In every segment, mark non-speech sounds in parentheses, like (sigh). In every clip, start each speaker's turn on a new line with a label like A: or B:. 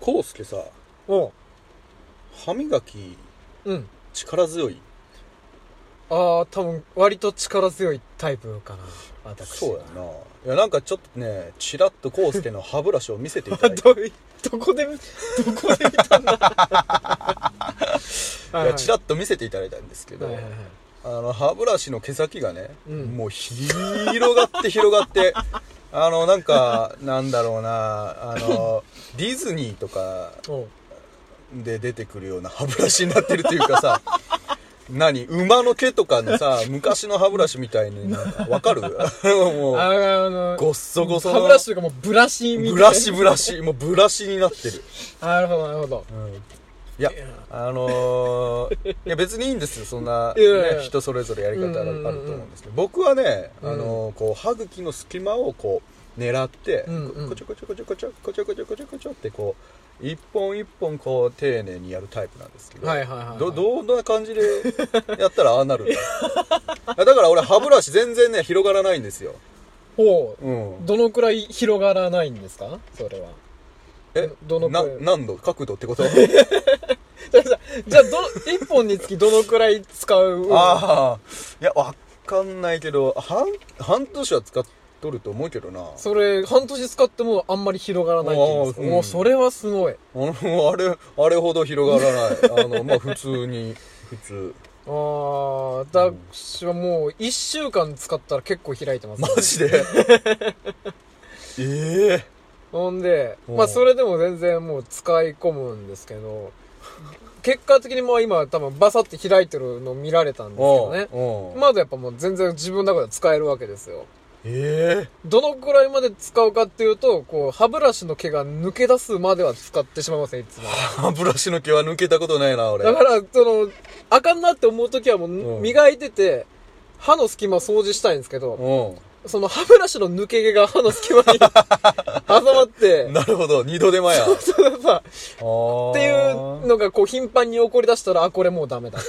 A: コウスケさ
B: お
A: 歯磨き
B: うん
A: 力強い
B: ああ多分割と力強いタイプかな私
A: そうやないやなんかちょっとねちらっとコウスケの歯ブラシを見せていた
B: あ
A: だいて
B: (laughs) どういどこでどこで見
A: (laughs)
B: たんだはいい
A: やちらっと見せていただいたんですけど、
B: はいはいはい
A: あの歯ブラシの毛先がね、
B: うん
A: もう広がって広がってあのなんかなんだろうなあ
B: (laughs)
A: のディズニーとか
B: お
A: で出てくるような歯ブラシになってるというかさ何馬の毛とかのさ昔の歯ブラシみたいになんかわ
B: (laughs)
A: かるもう
B: ああの
A: ごっそごその
B: 歯ブラシというかもうブラシみたいな
A: ブラシブラシもうブラシになってる、
B: あなるほどなるほど
A: いやあのーいや別にいいんですよそんな、
B: いやいやいや
A: ね、人それぞれやり方があると思うんですけど僕はね、あのーこう歯茎の隙間をこう狙って、
B: うんうん
A: こちょこちょこちょこちょこちょこちょこちょこちょってこう一本一本こう丁寧にやるタイプなんですけど、
B: はいはいはいはい
A: どどんな感じでやったらああなるだから俺歯ブラシ全然ね広がらないんですよ、
B: ほう
A: うん、
B: どのくらい広がらないんですかそれは
A: え
B: どのくら
A: ない何度角度ってこと
B: じゃあじゃあど1本につきどのくらい使う
A: ああいやわかんないけど半半年は使っとると思うけどな
B: それ半年使ってもあんまり広がらないって言うんですか
A: あーうん
B: もうそれはすごい
A: あのあれあれほど広がらない
B: (laughs)
A: あのまあ普通に普通
B: ああ私はもう1週間使ったら結構開いてます、
A: マジ
B: (laughs)
A: でええ
B: ほんで
A: うん
B: まあそれでも全然もう使い込むんですけど結果的にもう今多分バサって開いてるの見られたんですけどね
A: うん
B: まだやっぱもう全然自分の中で使えるわけですよ
A: え
B: どのくらいまで使うかっていうとこう歯ブラシの毛が抜け出すまでは使ってしまいますねいつも
A: え歯ブラシの毛は抜けたことないな俺
B: だからそのあかんなって思う時はもう、
A: うん
B: 磨いてて歯の隙間掃除したいんですけど、
A: う
B: その歯ブラシの抜け毛が歯の隙
A: (laughs)
B: 間に挟まって
A: んなるほど二度手間やっ
B: そのさ
A: てい
B: っていうのがこう頻繁に起こりだしたらあこれもうダメだと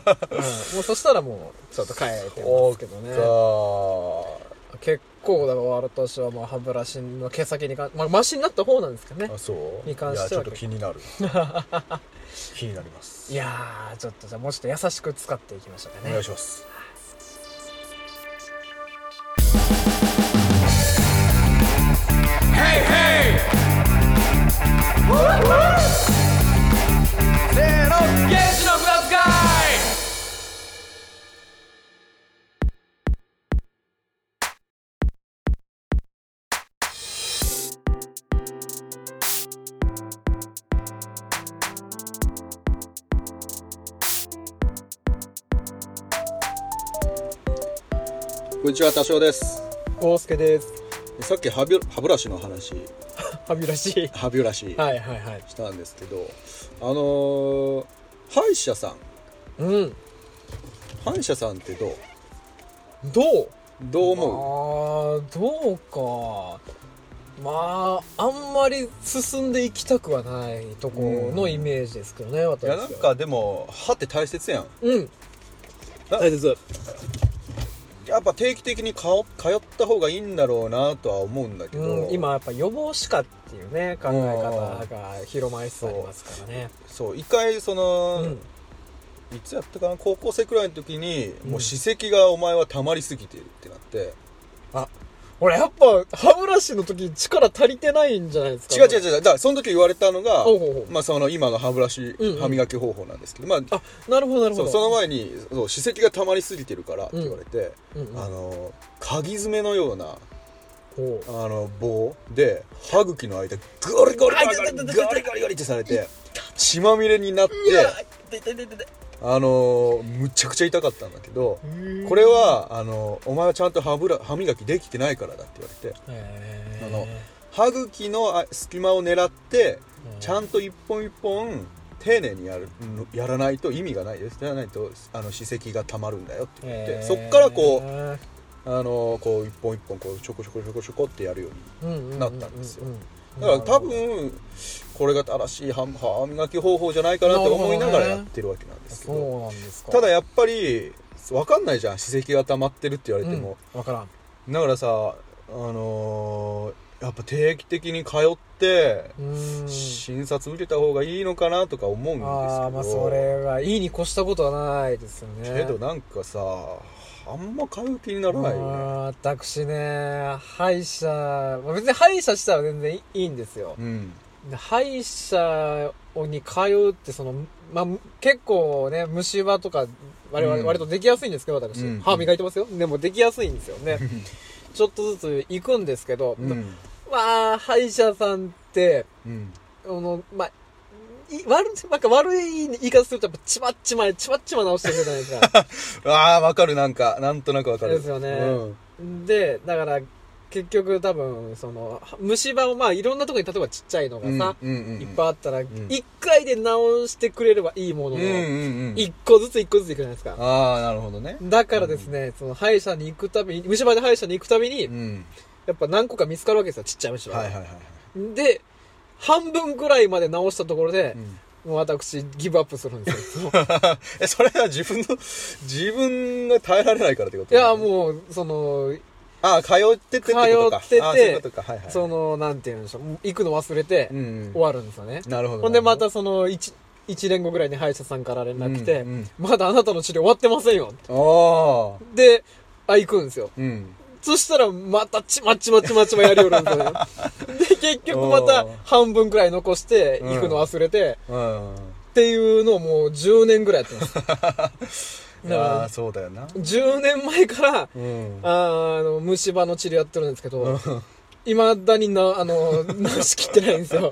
A: (laughs)
B: って、うん、もうそしたらもうちょっと変えてますけどね結構だから私はまあ歯ブラシの毛先にか、まあ、マシになった方なんですけどね
A: あそう
B: に関しては
A: やちょっ
B: い
A: と気にな
B: (laughs)
A: る気になります
B: いやーちょっとじゃあもうちょっと優しく使っていきましょうか
A: お
B: ね
A: 願いしますこんにちは多少です
B: 大輔です
A: さっき歯ブ歯ブラシの話
B: 歯ブラシ
A: 歯ブラシ
B: はいはいはい
A: したんですけど、あのー歯医者さん
B: うん
A: 歯医者さんってどう
B: どう
A: どう
B: あ
A: 思
B: ーどうかまああんまり進んでいきたくはないとこのイメージですけどね、
A: う
B: 私
A: い
B: は
A: やなんかでも歯って大切やん
B: うん
A: な
B: 大切
A: やっぱ定期的にかお通った方がいいんだろうなとは思うんだけど、
B: うん、今やっぱ予防歯科っていうね考え方が広まりつつありますからね
A: そう一回その、
B: うん
A: いつやったかな高校生くらいの時に、
B: うん
A: もう歯石がお前は溜まりすぎてるってなって
B: 俺やっぱ歯ブラシの時力足りてないんじゃないですか
A: 違う違う違うだからその時言われたのが、
B: おうおうおう
A: まあ、その今の歯ブラシ
B: うんうん
A: 歯磨き方法なんですけど、まあ
B: あなるほどなるほ
A: そ
B: ど
A: うその前にそう歯石が溜まりすぎてるからって言われて、
B: うんうん
A: あの鍵爪のような
B: ほ
A: あの棒で歯茎の間ゴリゴリゴリゴリゴリゴリゴリってされて血まみれになって
B: ういや痛い痛い痛い痛い
A: あのむちゃくちゃ痛かったんだけど
B: 痛い
A: これはあのお前はちゃんと歯ブラ歯磨きできてないからだって言われて
B: へー
A: あの歯茎のあ隙間を狙ってちゃんと一本一本丁寧にやるやらないと意味がないですやらないとあの歯石がたまるんだよって言って、
B: へー
A: そっからこうあのこう一本一本こうちょこちょこちょこちょこってやるように
B: うんうんうんうん
A: なったんですよ
B: うん
A: だから多分これが正しい歯歯磨き方法じゃないかなって思いながらやってるわけなんですけど
B: そうなんですか
A: ただやっぱり分かんないじゃん歯石が溜まってるって言われても、
B: うんわからん
A: だからさあのーやっぱ定期的に通って診察受けた方がいいのかなとか思うんですけどあ
B: まあそれはいいに越したことはないですよね
A: けどなんかさあんま通う気にならないよ
B: ね私ね歯医者、まあ、別に歯医者したら全然いいんですよ、うん、歯医者に通うってその、まあ、結構ね虫歯とか我々、うん、割とできやすいんですけど私、うん、歯磨いてますよでもできやすいんですよねちょっとずつ行くんですけど、うん、まあ歯医者さんって、うん、のまあ悪なんか悪い言い方するとやっぱちまっちまちまっちま直してるじゃない (laughs) です
A: かああわかるなんかなんとなくわかる
B: ですよね、うん、でだから結局多分その虫歯をまあいろんなとこに例えばちっちゃいのがさ、うんうんうんうん、いっぱいあったら1回で直してくれればいいものの、うんうん、1個ずつ1個ずついくじゃないですか
A: ああなるほどね
B: だからですね、うん、その歯医者に行くたびに虫歯で歯医者に行くたびに、うん、やっぱ何個か見つかるわけですよちっちゃい虫歯、はいはいはい、で半分ぐらいまで直したところで、もう私ギブアップするんです (laughs) よ
A: (laughs) えそれは自分の自分が耐えられないからってこと、
B: ね、いやもうその
A: あ通ってて通
B: ってて、はいはい、その、なんて言うんでしょう、行くの忘れて、終わるんですよね。
A: うん、なるほど。
B: ほんで、またその、1、1年後ぐらいに歯医者さんから連絡来て、うんうん、まだあなたの治療終わってませんよ。で、あ、行くんですよ。うん、そしたら、またちまちまちまちまやりよるん (laughs) ですよね。で、結局また半分くらい残して、行くの忘れて、うん、っていうのをもう10年ぐらいやってます。 (laughs)
A: だそうだよな
B: 10年前から、うん、あの虫歯の治療やってるんですけどいま、うん、だになあ (laughs) の治しきってないんですよ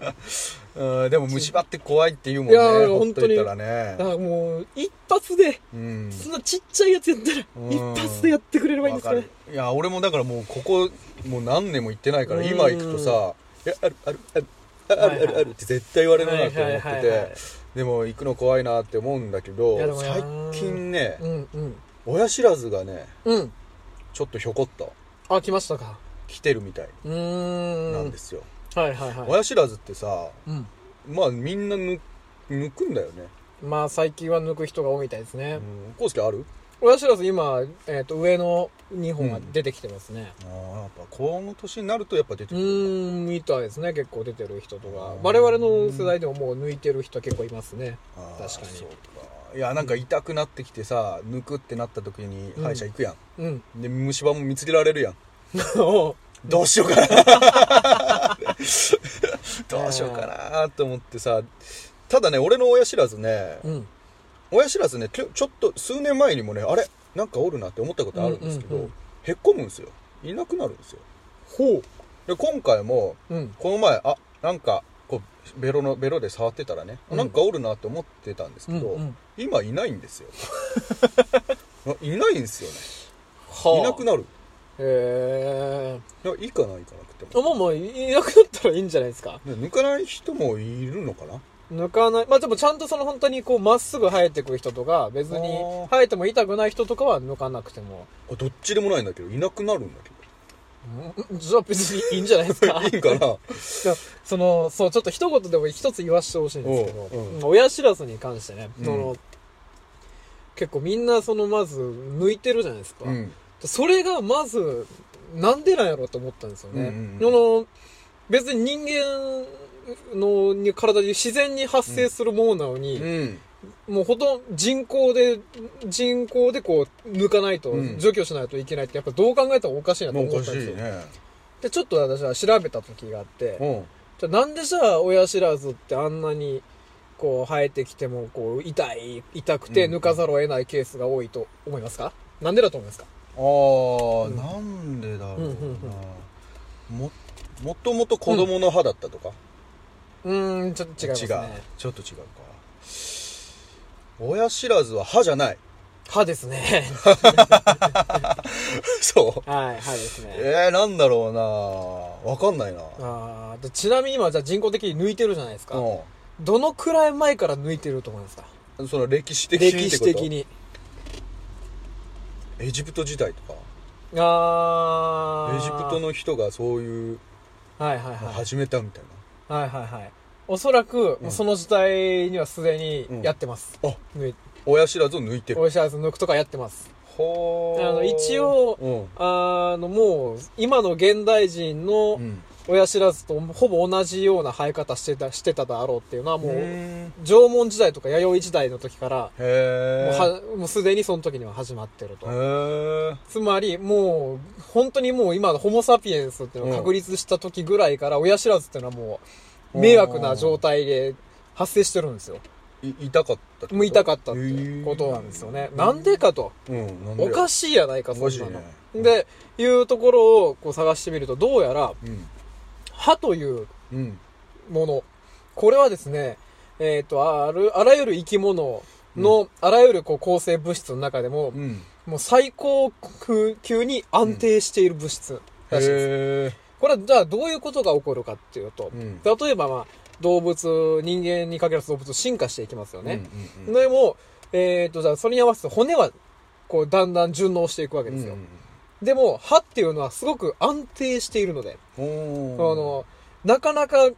A: うん、でも虫歯って怖いって言うもんねいや
B: 本当に
A: だから
B: もう一発で、うん、そんなちっちゃいやつやったら、一発でやってくれればいいんですかね
A: いや俺もだからもうここもう何年も行ってないから今行くとさ「いやあるあるあるあるあるある」あるって絶対言われるなって思ってて。でも行くの怖いなって思うんだけど最近ね、うんうん、親知らずがね、うん、ちょっとひょこった
B: あ来ましたか
A: 来てるみたいなんですよ
B: はいはいはい
A: 親知らずってさ、うん、まあみんな抜くんだよね
B: まあ最近は抜く人が多いみたいですね
A: 康介、うん、ある
B: 親知らず今、えー、と上の2本が出てきてますね、
A: うん、ああやっぱこの年になるとやっぱ出てくる
B: うんみたいですね結構出てる人とか我々の世代でももう抜いてる人結構いますね確かに
A: いやなんか痛くなってきてさ抜くってなった時に歯医者行くやん、うん、 (laughs) うん、で虫歯も見つけられるやんどうしよう (laughs) かなどうしようかなと思ってさただね俺の親知らずね、うん親知らずねちょちょっと数年前にもねあれなんかおるなって思ったことあるんですけど、うんうんうん、へっこむんですよいなくなるんですよ
B: ほう
A: で今回も、うん、この前あなんかこうベロのベロで触ってたらね、うん、なんかおるなって思ってたんですけど、うんうん、今いないん (laughs) ですよいないんですよね、はあ、いなくなる
B: へ
A: えいいかないかなく
B: てもまあまあいなくなったらいいんじゃないですか
A: 抜かない人もいるのかな
B: 抜かない。まあでもちゃんとその本当にこうまっすぐ生えてく人とか、別に生えても痛くない人とかは抜かなくても。
A: あどっちでもないんだけど、いなくなるんだけど。
B: じゃあ別にいいんじゃないです (laughs) か
A: (laughs) いいんかな
B: その、そう、ちょっと一言でも一つ言わしてほしいんですけど、うん、親知らずに関してね、うん、その、結構みんなそのまず抜いてるじゃないですか。うん、それがまず、なんでなんやろうと思ったんですよね。うんうんうん、の別に人間のに体で自然に発生するものなのに、うんうん、もうほとんど人工で人工でこう抜かないと、うん、除去しないといけないってやっぱどう考えたらおかしいなと思ったんですよ、ね、でちょっと私は調べた時があって、じゃなんでじゃあ親知らずってあんなにこう生えてきてもこう痛い痛くて抜かざるを得ないケースが多いと思いますか、うん、なんでだと思いますか
A: ああ、うん、なんでだろうな、うんうんうん、ももともと子供の歯だったとか、
B: うんちょっと違う、ね、
A: 違うちょっと違うか親知らずは歯じゃ (laughs) ない
B: 歯ですね (laughs)
A: そう
B: はい歯ですね
A: えー、なんだろうなわかんないな
B: あちなみに今じゃ人工的に抜いてるじゃないですか、うん、どのくらい前から抜いてると思いますか
A: その歴史的
B: に歴史的に
A: エジプト時代とか
B: あ
A: エジプトの人がそういう、
B: はいはいはい、
A: 始めたみたいな
B: はいはいはいおそらく、うん、その時代にはすでにやってます、
A: うん、あ親知らずを抜いてる
B: 親知らず抜くとかやってます
A: ほ
B: あの一応、うん、あのもう今の現代人の、うん、親知らずとほぼ同じような生え方してたしてただろうっていうのはもう縄文時代とか弥生時代の時からもうはもうすでにその時には始まってるとつまりもう本当にもう今のホモ・サピエンスっていうのを確立した時ぐらいから親知らずっていうのはもう迷惑な状態で発生してるんですよ
A: 痛かった
B: もう痛かったってことなんですよねなんでかと、
A: うん、
B: おかしいやないかそんな
A: の、
B: ねうん、でいうところをこう探してみるとどうやら、
A: うん
B: 歯というもの、うん、これはですね、えーと、とあるあらゆる生き物の、うん、あらゆるこう構成物質の中でも、
A: うん、
B: もう最高級に安定している物質らしいです。これはじゃあどういうことが起こるかっていうと、例えば、まあ、動物人間に限らず動物進化していきますよね。でも、えーと、とじゃあそれに合わせて骨はこうだんだん順応していくわけですよ。でも、歯っていうのはすごく安定しているので、
A: あ
B: の、なかなか、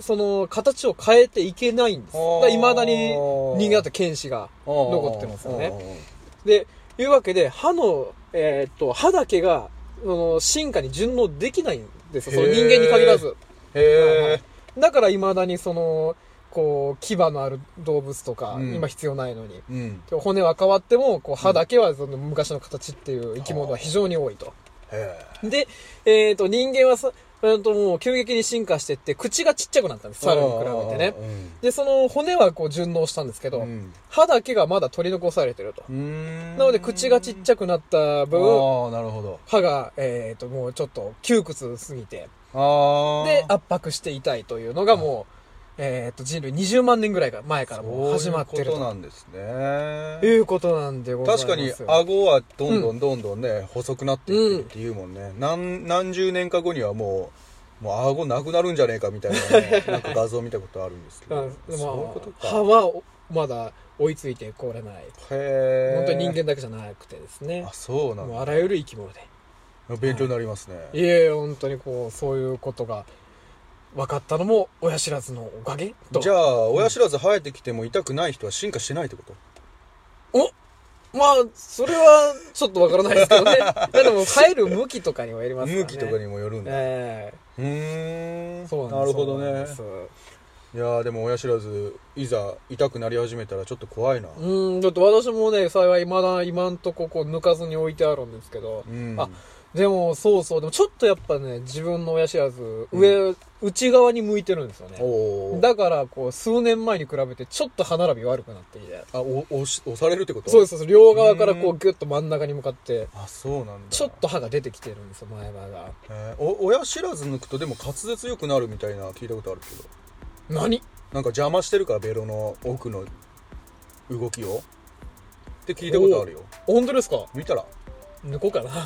B: その、形を変えていけないんです。いまだに人間だと剣士が残ってますよね。で、いうわけで、歯の、えー、っと、歯だけが、その、進化に順応できないんですよ。その人間に限らず。
A: はいはい、
B: だからいまだにその、こう、牙のある動物とか、うん、今必要ないのに、
A: うん、
B: 骨は変わっても、こう、歯だけはその昔の形っていう生き物は非常に多いと。で、えっ、ー、と、人間はさ、えっと、もう急激に進化していって、口がちっちゃくなったんです、猿に比べてね。
A: うん、
B: で、その骨はこう順応したんですけど、うん、歯だけがまだ取り残されてると。なので、口がちっちゃくなった分、歯が、えっ、ー、と、もうちょっと窮屈すぎて、で、圧迫していたいというのがもう、えっ、と、人類20万年ぐらい前からもう始まってると。
A: そうなんですね。
B: いうことなんでございます
A: 確かに、顎はどんどんどんどんね、うん、細くなっていってっていうもんね。何、何十年か後にはもう、もう顎なくなるんじゃねえかみたいな、
B: (laughs)
A: ね、なんか画像見たことあるんですけど。
B: うん、そういうことか。歯はまだ追いついてこれない。
A: へ
B: 本当に人間だけじゃなくてですね。
A: あ、そうなん
B: あらゆる生き物で。、
A: 勉強になりますね。はい
B: いえ、本当にこう、そういうことが。分かったのも親知らずのおかげ、
A: じゃあ親知らず生えてきても痛くない人は進化してないってこと
B: うん、おまあそれはちょっと分からないですけど
A: (laughs)
B: ねでも生える向きとかにもよりますね
A: 向きとかにもよるんだ
B: え
A: えー、うん
B: そう
A: なんですなるほどねいやでも親知らずいざ痛くなり始めたらちょっと怖いな
B: うんちょっと私もね幸いまだ今んとここう抜かずに置いてあるんですけど、
A: うん、
B: あでもそうそうでもちょっとやっぱね自分の親知らず上、うん、内側に向いてるんですよねだからこう数年前に比べてちょっと歯並び悪くなってきて
A: あお押し押されるってこと
B: そうそうそう両側からこうギュッと真ん中に向かって
A: あそうなんだ
B: ちょっと歯が出てきてるんですよ前歯が、
A: えー、お親知らず抜くとでも滑舌よくなるみたいな聞いたことあるけ
B: ど何
A: なんか邪魔してるからベロの奥の動きをって聞いたことあるよ
B: 本当ですか
A: 見
B: (laughs)
A: たら
B: 抜こうかな (laughs)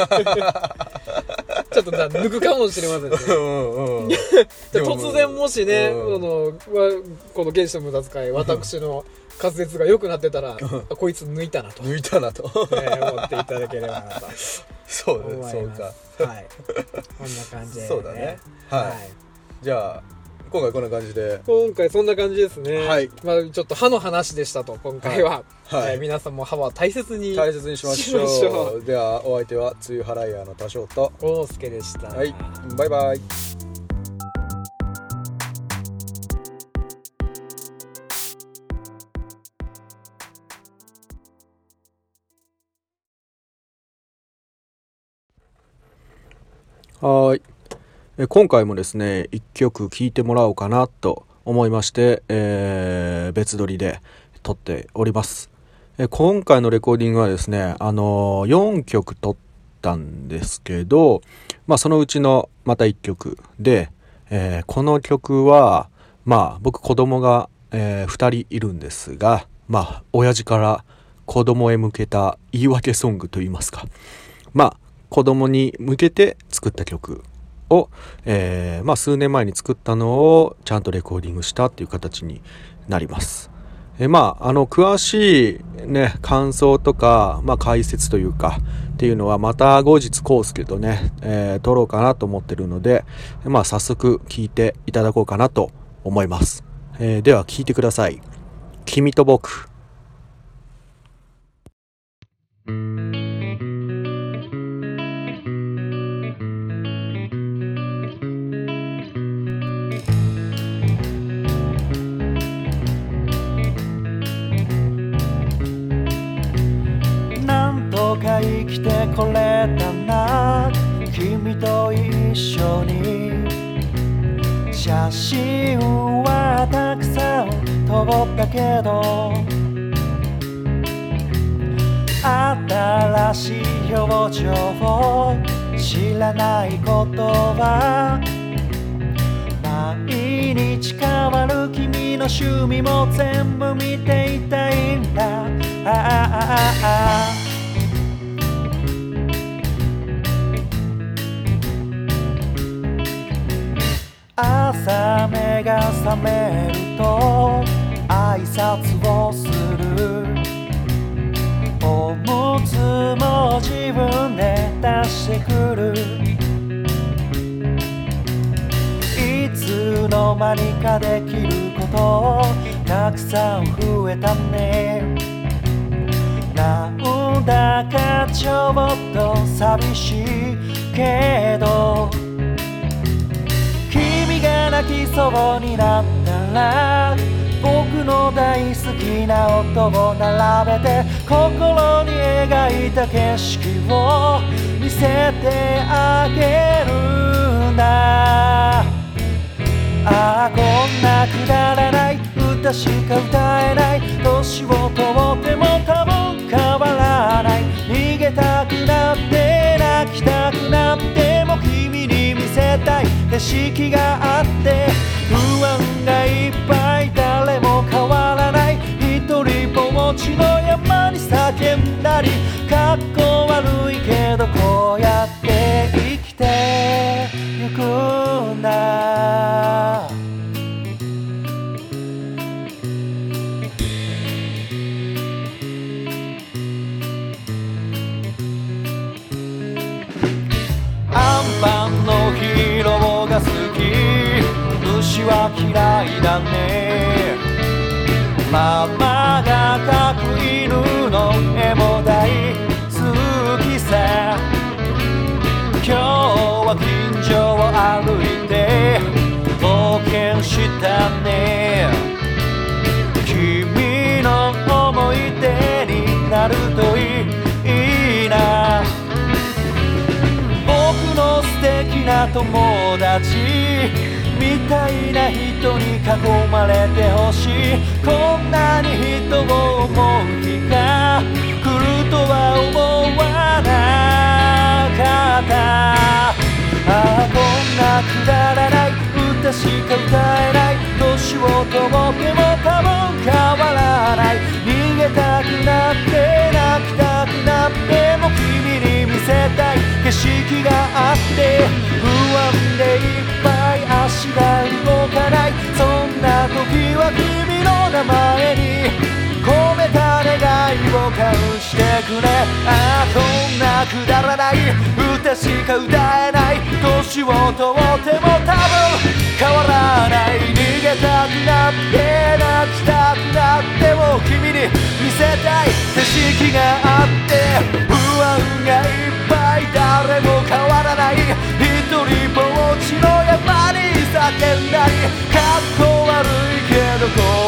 B: ちょっと抜くかもしれませんね (laughs)
A: うん、
B: 突然もしね、うん、のこの原始の無駄遣い私の滑舌が良くなってたら、こいつ抜いたなと
A: 抜いたなと、 (laughs)
B: ね、思っていただければなと
A: そうねそうか
B: はいこんな感じで、ね、
A: そうだねはい、はい、じゃあ今回こんな感じで
B: 今回そんな感じですね
A: はい、
B: まあ、ちょっと歯の話でしたと今回は、はい、えー、皆さんも歯は大切に
A: 大切にしましょうではお相手は梅雨払い屋の多少と
B: 大輔でした、
A: はい、バイバイはい今回もですね一曲聴いてもらおうかなと思いまして、えー、別撮りで撮っております、え今回のレコーディングはですねあの4曲撮ったんですけど、まあ、そのうちのまた1曲で、えー、この曲はまあ僕子供が、えー、2人いるんですがまあ親父から子供へ向けた言い訳ソングといいますかまあ子供に向けて作った曲を、えー、まあ、数年前に作ったのをちゃんとレコーディングしたっていう形になります。えー、まあ、あの、詳しいね、感想とか、まあ、解説というか、っていうのはまた後日コースけどね、えー、撮ろうかなと思ってるので、まあ、早速聞いていただこうかなと思います。えでは、聞いてください。君と僕。
C: 橋はたくさん通ったけど新しい表情を知らないことは毎日変わる君の趣味も全部見ていたいんだああああ朝目が覚めると挨拶をするおむつも自分で出してくるいつの間にかできることたくさん増えたねなんだかちょっと寂しいけど君が泣きそうになったら僕の大好きな音を並べて心に描いた景色を見せてあげるんだああこんなくだらない歌しか歌えない年をとっても多分変わらない逃げたくなって泣きたくなっても君に見せたい景色があって不安がいっぱい誰も変わらない一人ぼっちの山に叫んだりかっこ悪いけどこうやって生きてゆくんだアンパンのヒーローが好き虫は嫌いだねママが描く犬の絵も大好きさ今日は近所を歩いて冒険したね君の思い出になるといいいいな僕の素敵な友達みたいな人に囲まれてほしいこんなに人を思う日が来るとは思わなかったああこんなくだらない歌しか歌えない年をとっても多分変わらない逃げたくなって泣きたくなっても君に見せたい景色があって不安でいっぱい足が動かないそんな時は君の名前に込めた願いを返してくれああこんなくだらない歌しか歌えない年をとっても多分変わらない逃げたくなって泣きたくなっても君に見せたい景色があって不安がいっぱい誰も変わらない一人ぼっちの山に叫んだりかっこ悪いけどこう